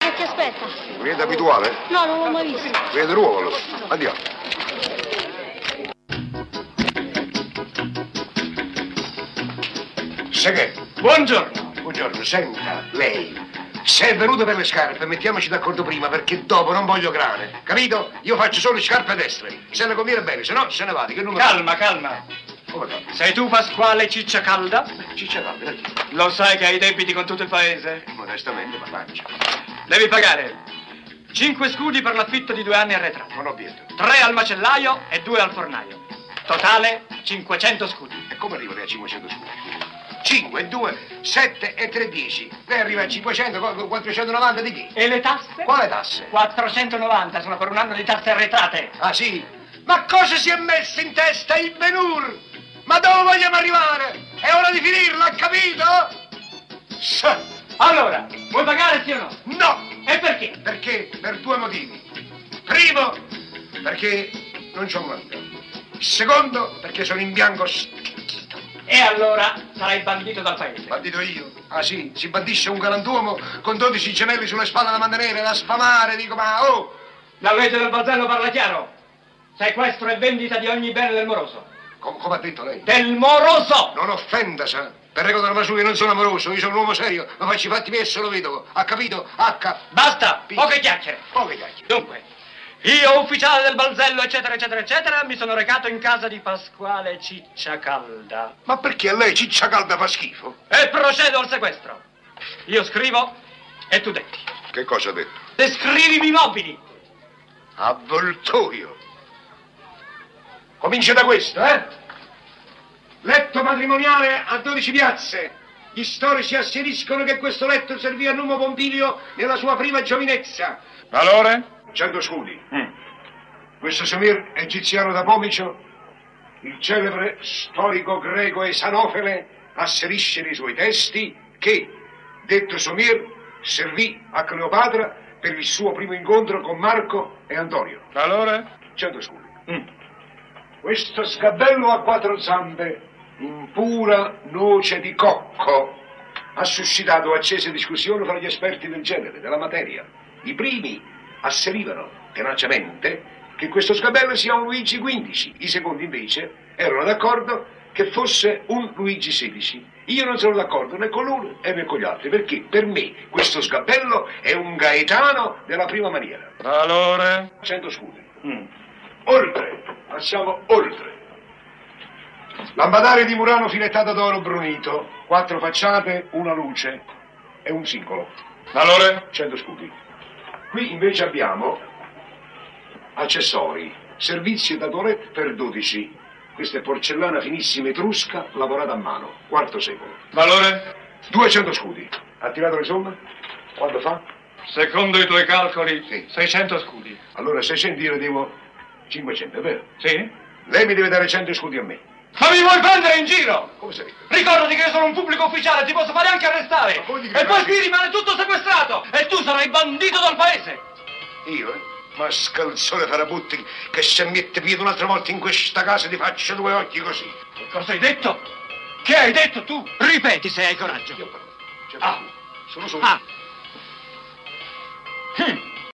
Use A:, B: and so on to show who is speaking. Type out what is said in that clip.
A: Eh, Ti aspetta.
B: Vede abituale?
A: No, non l'ho mai visto.
B: Vede nuovo allora. Andiamo. Seghe,
C: Buongiorno.
B: buongiorno, senta, lei. Se è venuto per le scarpe, mettiamoci d'accordo prima, perché dopo non voglio grane. Capito? Io faccio solo le scarpe destre. Se ne conviene bene, se no se ne vada. Che numero.
C: Calma, calma.
B: Come calma?
C: Sei tu Pasquale Ciccia Calda?
B: Ciccia calma, eh?
C: Lo sai che hai debiti con tutto il paese.
B: Modestamente, ma faccia.
C: Devi pagare. 5 scudi per l'affitto di due anni arretrato.
B: Non obietto.
C: 3 al macellaio e 2 al fornaio. Totale 500 scudi.
B: E come arrivo lei a 500 scudi? 5, 2, 7 e 3, 10. Lei arriva a 500, co- 490 di chi?
C: E le tasse?
B: Quale tasse?
C: 490 sono per un anno di tasse arretrate.
B: Ah sì? Ma cosa si è messo in testa il Benur? Ma dove vogliamo arrivare? È ora di finirla, capito? Sa-
C: Allora, vuoi pagare sì o no?
B: No!
C: E perché?
B: Perché? Per due motivi. Primo, perché non c'ho manca. Secondo, perché sono in bianco schicchito.
C: E allora sarai bandito dal paese.
B: Bandito io? Ah sì, si bandisce un galantuomo con 12 gemelli sulle spalle da mantenere, da sfamare, dico ma oh!
C: La legge del Balzano parla chiaro. Sequestro e vendita di ogni bene del moroso.
B: Com- come ha detto lei?
C: Del moroso!
B: Non offenda, sa. Per regola della sua io non sono amoroso, io sono un uomo serio, ma faccio i fatti miei e sono vedovo. Ha capito? H.
C: Basta,
B: Pi-
C: poche chiacchiere.
B: Poche chiacchiere.
C: Dunque, io ufficiale del Balzello, eccetera, eccetera, eccetera, mi sono recato in casa di Pasquale Ciccia Calda
B: Ma perché a lei ciccia calda fa schifo?
C: e procedo al sequestro. Io scrivo e tu detti.
B: Che cosa ha detto?
C: Descrivimi i mobili.
B: Avvoltoio. Comincia da questo, eh? Letto matrimoniale a 12 piazze. Gli storici asseriscono che questo letto servì a Numo Pompilio nella sua prima giovinezza.
D: Valore?
B: 100 scudi.
D: Mm.
B: Questo Samir egiziano da Pomicio, il celebre storico greco Esanofele, asserisce nei suoi testi che, detto Samir, servì a Cleopatra per il suo primo incontro con Marco e Antonio.
D: Valore?
B: 100 scudi.
D: Mm.
B: Certo, Questo sgabello a quattro zampe, in pura noce di cocco, ha suscitato accese discussioni fra gli esperti del genere, della materia. I primi asserivano tenacemente che questo sgabello sia un Luigi XV, i secondi invece erano d'accordo che fosse un Luigi XVI. Io non sono d'accordo né con l'uno e né con gli altri, perché per me questo sgabello è un Gaetano della prima maniera.
D: Valore?
B: 100 scudi.
D: Mm.
B: Oltre, passiamo oltre. Lampadario di Murano filettato d'oro brunito, quattro facciate, una luce e un singolo,
D: Valore?
B: 100 scudi. Qui invece abbiamo accessori, servizi da toilette per 12. Questa è porcellana finissima etrusca lavorata a mano, quarto secolo.
D: Valore?
B: 200 scudi. Ha tirato le somme? Quanto fa?
D: Secondo i tuoi calcoli,
B: Sì.
D: 600 scudi.
B: Allora 600 io le devo 500, è vero?
D: Sì?
B: Lei mi deve dare 100 scudi a me.
C: Ma mi vuoi prendere in giro?
B: Come sapete?
C: Ricordati che io sono un pubblico ufficiale, ti posso fare anche arrestare.
B: Ma come ti
C: E poi
B: ribelli?
C: qui rimane tutto sequestrato e tu sarai bandito dal paese.
B: Io, eh? Ma scalzone farabutti, che se mette piede un'altra volta in questa casa ti faccio due occhi così.
C: Che cosa hai detto? Che hai detto tu? Ripeti
B: Ah,
C: se hai coraggio.
B: Io parlo. Cioè,
C: Ah.
B: Sono solo.
C: Ah. Hm.